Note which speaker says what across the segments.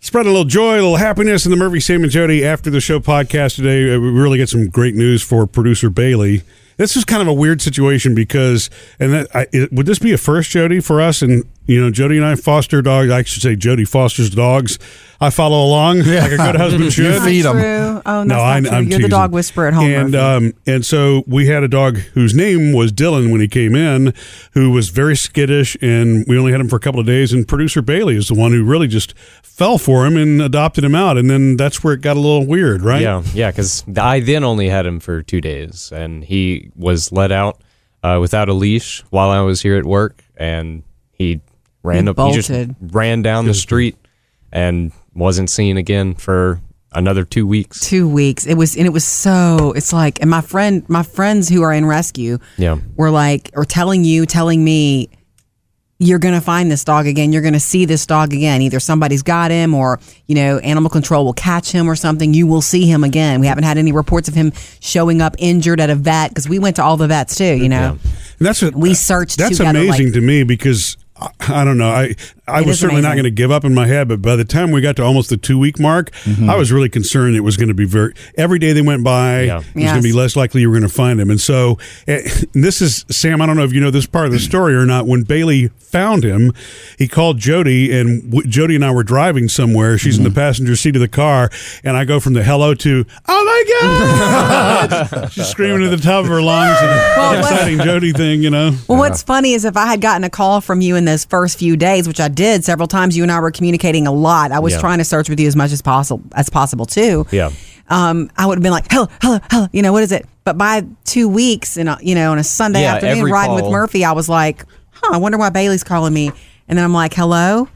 Speaker 1: spread a little joy, a little happiness in the Murphy, Sam, and Jody after the show podcast today. Uh, We really get some great news for producer Bailey. This is kind of a weird situation because, and that, I, it, would this be a first, Jody, for us? And you know, Jody and I foster dogs. I should say Jody fosters dogs. I follow along like a good husband should.
Speaker 2: You feed 'em.
Speaker 3: True. Oh, that's
Speaker 1: no,
Speaker 3: not
Speaker 1: I,
Speaker 3: true.
Speaker 1: I'm
Speaker 3: You're the
Speaker 1: teasing.
Speaker 3: dog whisperer at home.
Speaker 1: And
Speaker 3: Murphy.
Speaker 1: um, and so we had a dog whose name was Dylan when he came in, who was very skittish, and we only had him for a couple of days. And producer Bailey is the one who really just fell for him and adopted him out, and then that's where it got a little weird, right?
Speaker 4: Yeah, yeah, because I then only had him for two days, and he was let out uh, without a leash while I was here at work, and he ran
Speaker 3: He
Speaker 4: up, he
Speaker 3: bolted.
Speaker 4: just ran down the street, and wasn't seen again for another two weeks.
Speaker 3: two weeks. It was, and it was so. It's like, and my friend, my friends who are in rescue,
Speaker 4: Yeah.
Speaker 3: were like, or telling you, telling me, you're gonna find this dog again. You're gonna see this dog again. Either somebody's got him, or you know, animal control will catch him, or something. You will see him again. We haven't had any reports of him showing up injured at a vet because we went to all the vets too. You know,
Speaker 1: And that's what
Speaker 3: We searched
Speaker 1: That's
Speaker 3: together,
Speaker 1: amazing
Speaker 3: like-
Speaker 1: to me because I, I don't know. I I
Speaker 3: It
Speaker 1: was
Speaker 3: is
Speaker 1: certainly not
Speaker 3: amazing.
Speaker 1: going to give up in my head, but by the time we got to almost the two week mark, I was really concerned it was going to be very. Every day they went by,
Speaker 4: Yeah.
Speaker 1: it was going to be
Speaker 3: Yes.
Speaker 1: less likely you were going to find him. And so eh, this is Sam. I don't know if you know this part of the story or not. When Bailey found him, he called Jody, and w- Jody and I were driving somewhere. She's in the passenger seat of the car, and I go from the hello to oh my god! She's screaming at the top of her lungs and
Speaker 3: Well, what-
Speaker 1: exciting Jody thing, you know.
Speaker 3: Well, what's funny is if I had gotten a call from you in those first few days, which I did several times, you and I were communicating a lot. I was
Speaker 4: Yeah.
Speaker 3: trying to search with you as much as possible as possible too.
Speaker 4: Yeah.
Speaker 3: Um, I would have been like, hello, hello, hello. You know what is it? But by two weeks, and uh, you know, on a Sunday
Speaker 4: Yeah,
Speaker 3: afternoon,
Speaker 4: every
Speaker 3: riding with
Speaker 4: call.
Speaker 3: Murphy, I was like, huh, I wonder why Bailey's calling me. And then I'm like, hello,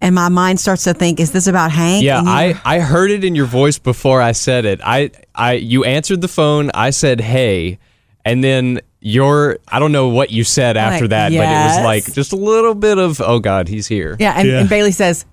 Speaker 3: and my mind starts to think, is this about Hank?
Speaker 4: Yeah,
Speaker 3: And you-
Speaker 4: I, I heard it in your voice before I said it. I, I you answered the phone, I said hey, and then your I don't know what you said after
Speaker 3: like,
Speaker 4: that, but it
Speaker 3: "Yes."
Speaker 4: was like just a little bit of oh god, he's here.
Speaker 3: Yeah, and,
Speaker 1: Yeah.
Speaker 3: and Bailey says,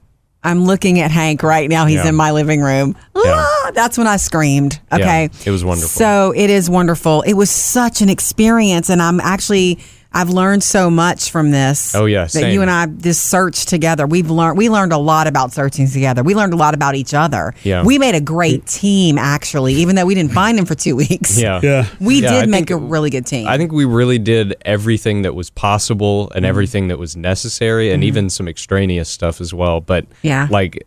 Speaker 3: I'm looking at Hank right now. He's
Speaker 4: Yeah.
Speaker 3: in my living room. Ah, that's when I screamed.
Speaker 4: Yeah,
Speaker 3: Okay.
Speaker 4: it was wonderful.
Speaker 3: So it is wonderful. It was such an experience. And I'm actually, I've learned so much from this.
Speaker 4: Oh, yeah,
Speaker 3: That
Speaker 4: same.
Speaker 3: you and I, this search together, we've learned, we learned a lot about searching together. We learned a lot about each other.
Speaker 4: Yeah.
Speaker 3: We made a great team, actually, even though we didn't find him for two weeks.
Speaker 4: Yeah.
Speaker 1: Yeah.
Speaker 3: We
Speaker 4: Yeah,
Speaker 3: did
Speaker 4: I
Speaker 3: make
Speaker 4: think-
Speaker 3: a really good team.
Speaker 4: I think we really did everything that was possible
Speaker 3: Mm-hmm.
Speaker 4: and everything that was necessary and even some extraneous stuff as well. But
Speaker 3: Yeah.
Speaker 4: like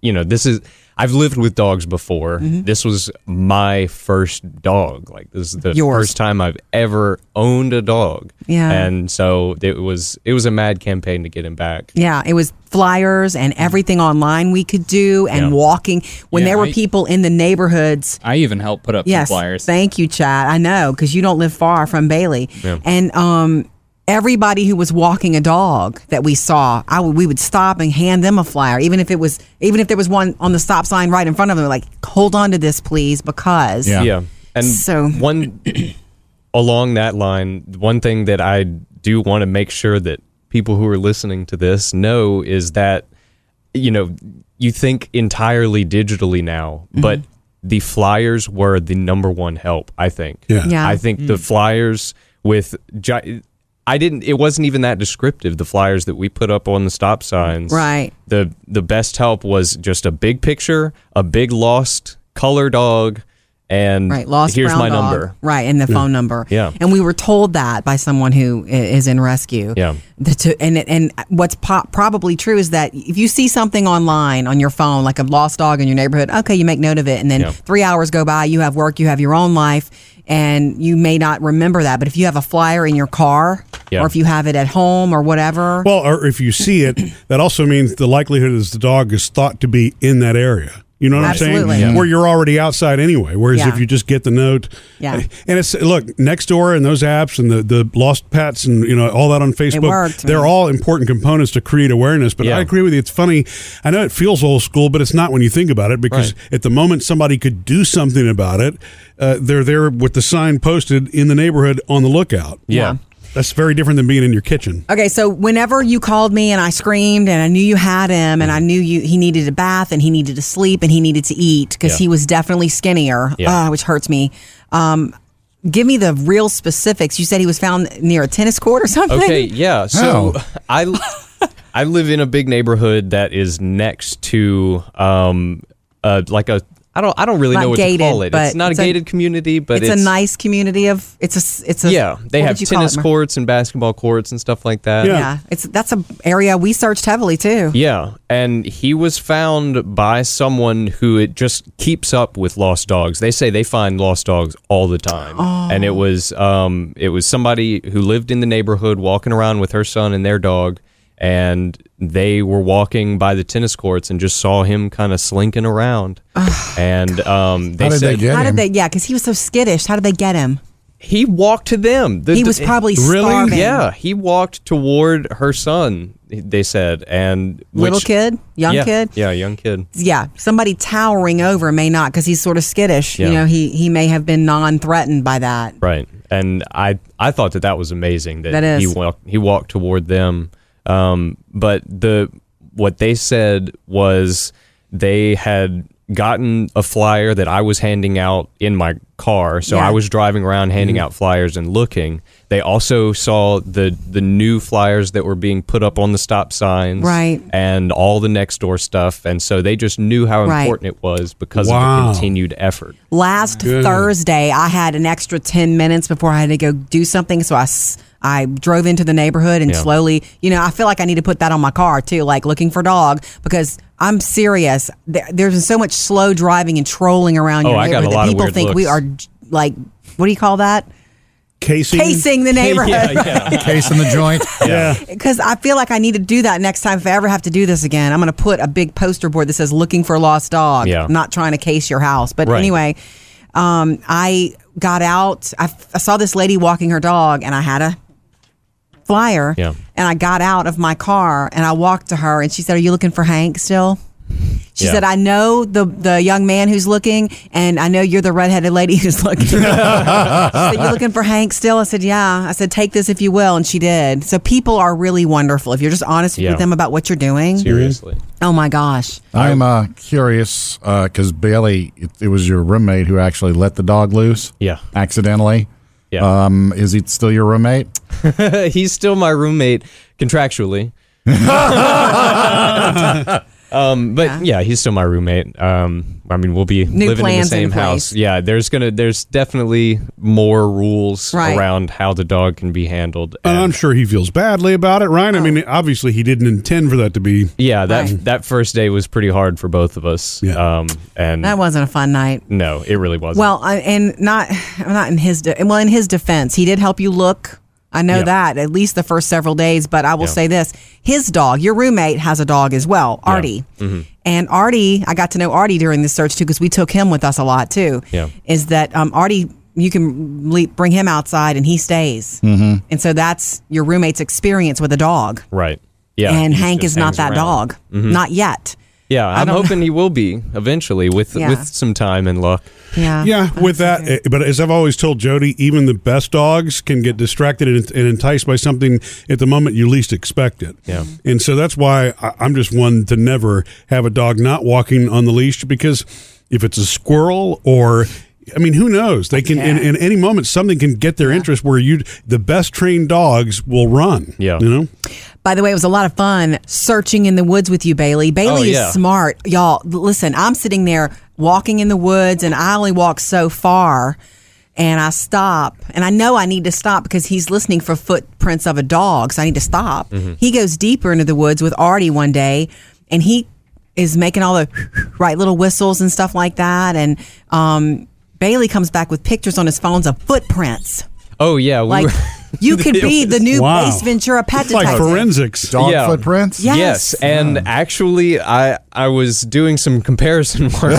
Speaker 4: you know, this is I've lived with dogs before.
Speaker 3: Mm-hmm.
Speaker 4: This was my first dog. Like this is the
Speaker 3: Yours.
Speaker 4: first time I've ever owned a dog.
Speaker 3: Yeah.
Speaker 4: And so it was it was a mad campaign to get him back.
Speaker 3: Yeah, it was flyers and everything online we could do and
Speaker 4: Yeah.
Speaker 3: walking when
Speaker 5: Mm. Yeah,
Speaker 3: there were
Speaker 5: I-
Speaker 3: people in the neighborhoods.
Speaker 5: I even helped put up some
Speaker 3: Yes,
Speaker 5: flyers.
Speaker 3: thank you, Chad. I know because you don't live far from Bailey, and um, everybody who was walking a dog that we saw, I would we would stop and hand them a flyer, even if it was even if there was one on the stop sign right in front of them, like hold on to this, please, because
Speaker 2: Yeah.
Speaker 4: Yeah. And
Speaker 3: So-
Speaker 4: one along that line, one thing that I do want to make sure that people who are listening to this know is that you know, you think entirely digitally now, but the flyers were the number one help, I think.
Speaker 1: Yeah.
Speaker 3: Yeah.
Speaker 4: I think the flyers with gi- I didn't it wasn't even that descriptive the flyers that we put up on the stop signs.
Speaker 3: Right.
Speaker 4: The the best help was just a big picture, a big lost color dog and
Speaker 3: Right, lost.
Speaker 4: here's
Speaker 3: brown
Speaker 4: my
Speaker 3: dog.
Speaker 4: number.
Speaker 3: Right, and the phone number.
Speaker 4: Yeah.
Speaker 3: and we were told that by someone who i- is in rescue.
Speaker 4: Yeah.
Speaker 3: The two- and it- and what's po- probably true is that if you see something online on your phone, like a lost dog in your neighborhood, okay, you make note of it, and then
Speaker 4: Yeah.
Speaker 3: three hours go by, you have work, you have your own life, and you may not remember that. But if you have a flyer in your car,
Speaker 4: Yeah.
Speaker 3: or if you have it at home or whatever,
Speaker 1: Well, or if you see it, that also means the likelihood is the dog is thought to be in that area. You know what I'm
Speaker 3: Absolutely.
Speaker 1: saying?
Speaker 3: Yeah.
Speaker 1: Where you're already outside anyway. Whereas
Speaker 3: Yeah.
Speaker 1: if you just get the note,
Speaker 3: Yeah.
Speaker 1: And it's look next door and those apps and the the lost pets and you know all that on Facebook.
Speaker 3: worked,
Speaker 1: they're
Speaker 3: man.
Speaker 1: all important components to create awareness. But
Speaker 4: Yeah.
Speaker 1: I agree with you. It's funny. I know it feels old school, but it's not when you think about it because at the moment somebody could do something about it, uh, they're there with the sign posted in the neighborhood on the lookout.
Speaker 4: Yeah.
Speaker 1: That's very different than being in your kitchen.
Speaker 3: Okay, so whenever you called me and I screamed and I knew you had him and I
Speaker 4: Mm-hmm.
Speaker 3: knew you he needed a bath and he needed to sleep and he needed to eat because
Speaker 4: Yeah.
Speaker 3: he was definitely skinnier,
Speaker 4: Yeah.
Speaker 3: uh, which hurts me. Um, give me the real specifics. You said he was found near a tennis court or something.
Speaker 4: Okay, yeah. So I I live in a big neighborhood that is next to um uh like a I don't I don't really
Speaker 3: Not
Speaker 4: know what
Speaker 3: gated,
Speaker 4: to call it.
Speaker 3: but
Speaker 4: It's not
Speaker 3: it's a-
Speaker 4: a gated community, but
Speaker 3: it's,
Speaker 4: it's,
Speaker 3: a nice community of it's a s- it's a
Speaker 4: yeah. They
Speaker 3: what
Speaker 4: have
Speaker 3: would you call
Speaker 4: tennis
Speaker 3: it, Mer-
Speaker 4: courts and basketball courts and stuff like that.
Speaker 1: Yeah.
Speaker 3: Yeah. it's that's a area we searched heavily too.
Speaker 4: Yeah, and he was found by someone who it just keeps up with lost dogs. They say they find lost dogs all the time, and
Speaker 3: Oh.
Speaker 4: it was um, it was somebody who lived in the neighborhood walking around with her son and their dog, and they were walking by the tennis courts and just saw him kind of slinking around,
Speaker 3: Oh,
Speaker 4: and um, they
Speaker 2: How did
Speaker 4: said
Speaker 2: they get
Speaker 3: How
Speaker 2: him?
Speaker 3: did they? Yeah, because he was so skittish. How did they get him?
Speaker 4: he walked to them. The-
Speaker 3: He
Speaker 4: the-
Speaker 3: was probably
Speaker 4: really
Speaker 3: starving.
Speaker 4: yeah. He walked toward her son. They said, and which-
Speaker 3: Little kid, young
Speaker 4: yeah,
Speaker 3: kid.
Speaker 4: yeah, young kid.
Speaker 3: yeah, somebody towering over may not because he's sort of skittish. You
Speaker 4: Yeah.
Speaker 3: know, he he may have been non-threatened by that.
Speaker 4: Right. And I I thought that that was amazing that,
Speaker 3: That is.
Speaker 4: he walked he walked toward them. Um, but the what they said was they had gotten a flyer that I was handing out in my car. So
Speaker 3: Yeah. Mm-hmm.
Speaker 4: I was driving around handing out flyers and looking. They also saw the the new flyers that were being put up on the stop signs
Speaker 3: Right.
Speaker 4: and all the next door stuff. And so they just knew how
Speaker 3: Right.
Speaker 4: important it was because
Speaker 1: Wow.
Speaker 4: of the continued effort.
Speaker 3: Last Thursday, I had an extra ten minutes before I had to go do something, so I. s- I drove into the neighborhood and
Speaker 4: Yeah.
Speaker 3: slowly, you know, I feel like I need to put that on my car too, like looking for dog because I'm serious. There, there's been so much slow driving and trolling around
Speaker 4: Oh,
Speaker 3: your
Speaker 4: I got a
Speaker 3: neighborhood
Speaker 4: lot
Speaker 3: that
Speaker 4: of
Speaker 3: people
Speaker 4: weird
Speaker 3: think we
Speaker 4: looks.
Speaker 3: are j- like, what do you call that?
Speaker 1: Casey.
Speaker 3: Casing the neighborhood.
Speaker 4: yeah, yeah.
Speaker 2: Case in the joint.
Speaker 1: Yeah.
Speaker 3: because I feel like I need to do that next time. If I ever have to do this again, I'm going to put a big poster board that says "Looking for a lost dog."
Speaker 4: Yeah.
Speaker 3: not trying to case your house, but
Speaker 4: Right.
Speaker 3: anyway, um, I got out. I, f- I saw this lady walking her dog, and I had a flyer.
Speaker 4: Yeah.
Speaker 3: and I got out of my car and I walked to her, and she said, "Are you looking for Hank still?" She
Speaker 4: Yeah.
Speaker 3: said, "I know the the young man who's looking, and I know you're the redheaded lady who's looking." she said, "You looking for Hank still?" I said, "Yeah." I said, "Take this if you will," and she did. So people are really wonderful if you're just honest
Speaker 4: Yeah.
Speaker 3: with them about what you're doing.
Speaker 4: Seriously.
Speaker 3: Oh my gosh!
Speaker 2: I'm uh, curious because Bailey, it, it was your roommate who actually let the dog loose.
Speaker 4: Yeah.
Speaker 2: accidentally.
Speaker 4: Yeah.
Speaker 2: Um, is he still your roommate?
Speaker 4: he's still my roommate contractually. um, but yeah. he's still my roommate. Um, I mean, we'll be living in the
Speaker 3: plans in
Speaker 4: same house.
Speaker 3: place.
Speaker 4: Yeah, there's gonna, there's definitely more rules
Speaker 3: Right.
Speaker 4: around how the dog can be handled.
Speaker 1: And
Speaker 4: And-
Speaker 1: I'm sure he feels badly about it, Ryan. I
Speaker 3: Oh.
Speaker 1: mean, obviously, he didn't intend for that to be.
Speaker 4: yeah, that
Speaker 3: Right.
Speaker 4: that first day was pretty hard for both of us.
Speaker 1: Yeah.
Speaker 4: Um, and
Speaker 3: That wasn't a fun night.
Speaker 4: no, it really wasn't.
Speaker 3: Well, I- and not not in his de- well in his defense, he did help you look. I know
Speaker 4: Yeah.
Speaker 3: that at least the first several days, but I will
Speaker 4: Yeah.
Speaker 3: say this: his dog, your roommate, has a dog as well, Artie.
Speaker 4: Mm-hmm.
Speaker 3: And Artie, I got to know Artie during this search too because we took him with us a lot too.
Speaker 4: Yeah.
Speaker 3: is that um, Artie? You can le- bring him outside and he stays, mm-hmm. and so that's your roommate's experience with a dog.
Speaker 4: right. Yeah.
Speaker 3: and
Speaker 4: he
Speaker 3: Hank
Speaker 4: just
Speaker 3: is not
Speaker 4: hangs
Speaker 3: that
Speaker 4: around. Mm-hmm.
Speaker 3: dog, not yet.
Speaker 4: Yeah, I'm
Speaker 3: don't know.
Speaker 4: hoping he will be eventually with
Speaker 3: Yeah.
Speaker 4: with some time and luck.
Speaker 3: Yeah,
Speaker 1: Yeah, with that. eh, But as I've always told Jody, even the best dogs can get distracted and, and enticed by something at the moment you least expect it.
Speaker 4: Yeah.
Speaker 1: And so that's why I, I'm just one to never have a dog not walking on the leash because if it's a squirrel or. I mean, who knows? They can in, in any moment something can get their interest where you the best trained dogs will run.
Speaker 4: Yeah.
Speaker 1: you know.
Speaker 3: By the way, it was a lot of fun searching in the woods with you, Bailey. Bailey
Speaker 4: Oh, yeah.
Speaker 3: is smart. Y'all, listen, I'm sitting there walking in the woods and I only walk so far and I stop and I know I need to stop because he's listening for footprints of a dog. So I need to stop.
Speaker 1: Mm-hmm.
Speaker 3: He goes deeper into the woods with Artie one day and he is making all the right little whistles and stuff like that. And, um, Bailey comes back with pictures on his phones of footprints.
Speaker 4: Oh yeah, we
Speaker 3: Like
Speaker 4: were-
Speaker 3: you could
Speaker 4: It
Speaker 3: be the new
Speaker 1: Wow.
Speaker 3: Ace Ventura pet
Speaker 1: It's like
Speaker 3: detective.
Speaker 1: forensics.
Speaker 2: Dog
Speaker 4: Yeah.
Speaker 2: footprints?
Speaker 3: Yeah.
Speaker 4: Yes,
Speaker 3: Yes.
Speaker 4: and actually, I I was doing some comparison work.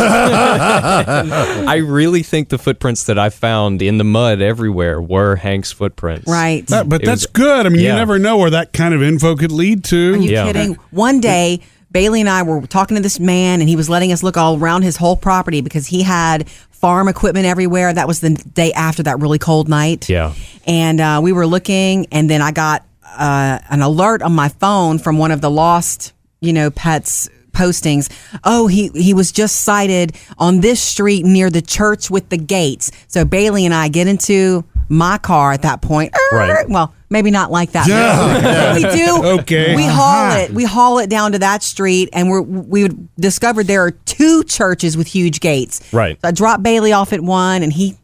Speaker 4: I really think the footprints that I found in the mud everywhere were Hank's footprints.
Speaker 3: Right.
Speaker 1: That- but
Speaker 4: It
Speaker 1: that's
Speaker 4: was-
Speaker 1: good. I mean, you
Speaker 4: yeah.
Speaker 1: never know where that kind of info could lead to.
Speaker 3: you
Speaker 4: Yeah.
Speaker 3: kidding? One day, Bailey and I were talking to this man, and he was letting us look all around his whole property because he had farm equipment everywhere. That was the day after that really cold night.
Speaker 4: Yeah.
Speaker 3: And uh, we were looking, and then I got uh, an alert on my phone from one of the lost, you know, pets postings. Oh, he he was just sighted on this street near the church with the gates. So Bailey and I get into my car at that point.
Speaker 4: Right.
Speaker 3: Well, maybe not like that.
Speaker 1: Yeah.
Speaker 3: we do.
Speaker 1: Okay.
Speaker 4: Uh-huh.
Speaker 3: We haul it. We haul it down to that street, and we're we discovered there are two churches with huge gates.
Speaker 4: Right.
Speaker 3: So I drop Bailey off at one, and he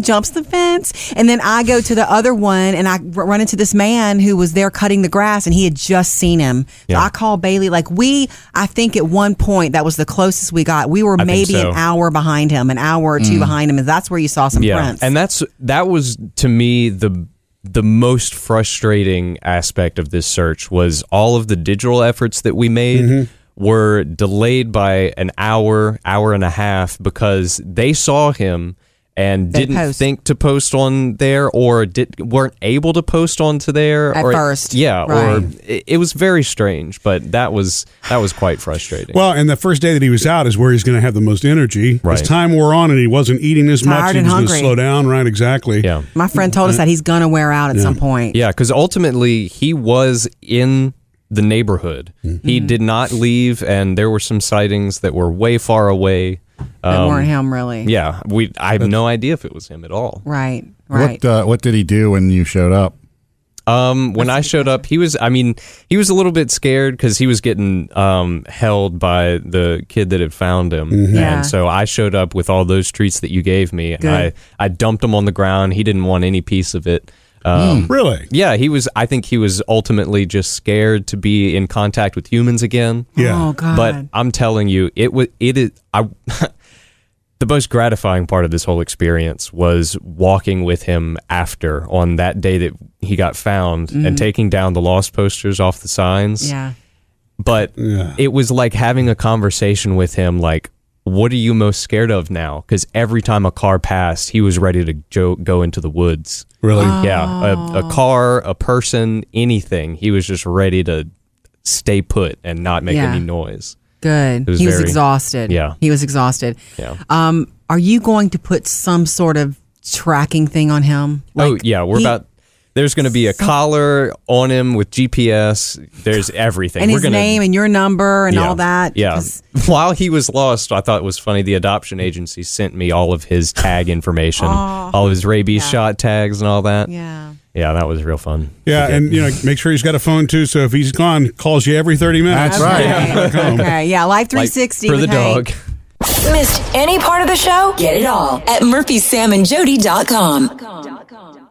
Speaker 3: jumps the fence, and then I go to the other one, and I r- run into this man who was there cutting the grass, and he had just seen him. So
Speaker 4: Yeah.
Speaker 3: I call Bailey. Like we, I think at one point that was the closest we got. We were
Speaker 4: think
Speaker 3: maybe
Speaker 4: so. Mm.
Speaker 3: an hour behind him, an hour or two behind him, and that's where you saw some prints.
Speaker 4: And that's that was to me the the most frustrating aspect of this search was all of the digital efforts that we made
Speaker 3: Mm-hmm.
Speaker 4: were delayed by an hour, hour and a half because they saw him and
Speaker 3: They
Speaker 4: didn't
Speaker 3: post.
Speaker 4: think to post on there or did, weren't able to post onto there
Speaker 3: At
Speaker 4: or,
Speaker 3: first,
Speaker 4: Yeah,
Speaker 3: right.
Speaker 4: or it, it was very strange, but that was that was quite frustrating.
Speaker 1: Well, and the first day that he was out is where he's going to have the most energy.
Speaker 4: Right.
Speaker 1: As time wore on and he wasn't eating as much,
Speaker 3: Tired
Speaker 1: he
Speaker 3: and
Speaker 1: was going to
Speaker 3: hungry.
Speaker 1: slow down. Right, exactly.
Speaker 4: yeah.
Speaker 3: My friend told us that he's gonna wear out at some point.
Speaker 4: Mm-hmm. Yeah, because ultimately he was in the neighborhood. He did not leave, and there were some sightings that were way far away.
Speaker 3: That
Speaker 4: Um,
Speaker 3: weren't him really.
Speaker 4: Yeah, we. I have no idea if it was him at all.
Speaker 3: Right. Right.
Speaker 2: What uh, what did he do when you showed up?
Speaker 4: Um, when I showed up, he was. I mean, he was a little bit scared because he was getting um, held by the kid that had found him,
Speaker 3: Yeah.
Speaker 4: and so I showed up with all those treats that you gave me. and I
Speaker 3: Good.
Speaker 4: I dumped them on the ground. He didn't want any piece of it. Um,
Speaker 1: Really?
Speaker 4: Yeah, he was. I think he was ultimately just scared to be in contact with humans again.
Speaker 1: Yeah.
Speaker 3: Oh God.
Speaker 4: But I'm telling you, it was. It is. I. the most gratifying part of this whole experience was walking with him after on that day that he got found and taking down the lost posters off the signs.
Speaker 3: Mm-hmm. yeah.
Speaker 4: But it was like having a conversation with him, like. What are you most scared of now? Because every time a car passed, he was ready to jo- go into the woods.
Speaker 1: Really?
Speaker 4: Yeah, a, a car, a person, anything. He was just ready to stay put and not make
Speaker 3: Yeah.
Speaker 4: any noise.
Speaker 3: Good.
Speaker 4: was
Speaker 3: he was
Speaker 4: very-
Speaker 3: exhausted.
Speaker 4: Yeah.
Speaker 3: He was exhausted.
Speaker 4: Yeah.
Speaker 3: Um, are you going to put some sort of tracking thing on him?
Speaker 4: oh yeah, we're
Speaker 3: he-
Speaker 4: about. There's going to be a collar on him with GPS. There's everything.
Speaker 3: And
Speaker 4: we're
Speaker 3: his
Speaker 4: gonna,
Speaker 3: name and your number and all that.
Speaker 4: Yeah.
Speaker 3: 'Cause-
Speaker 4: While he was lost, I thought it was funny. The adoption agency sent me all of his tag information, all of his rabies shot tags, and all that.
Speaker 3: Yeah.
Speaker 4: Yeah, that was real fun.
Speaker 1: Yeah, and you know, make sure he's got a phone too. So if he's gone, calls you every thirty minutes.
Speaker 2: That's right.
Speaker 3: Okay. okay. Yeah. Live
Speaker 4: Like,
Speaker 3: 360
Speaker 4: for
Speaker 3: with
Speaker 4: the
Speaker 3: Hank.
Speaker 4: dog.
Speaker 5: Missed any part of the show? Get it all at murphysamandjody.com.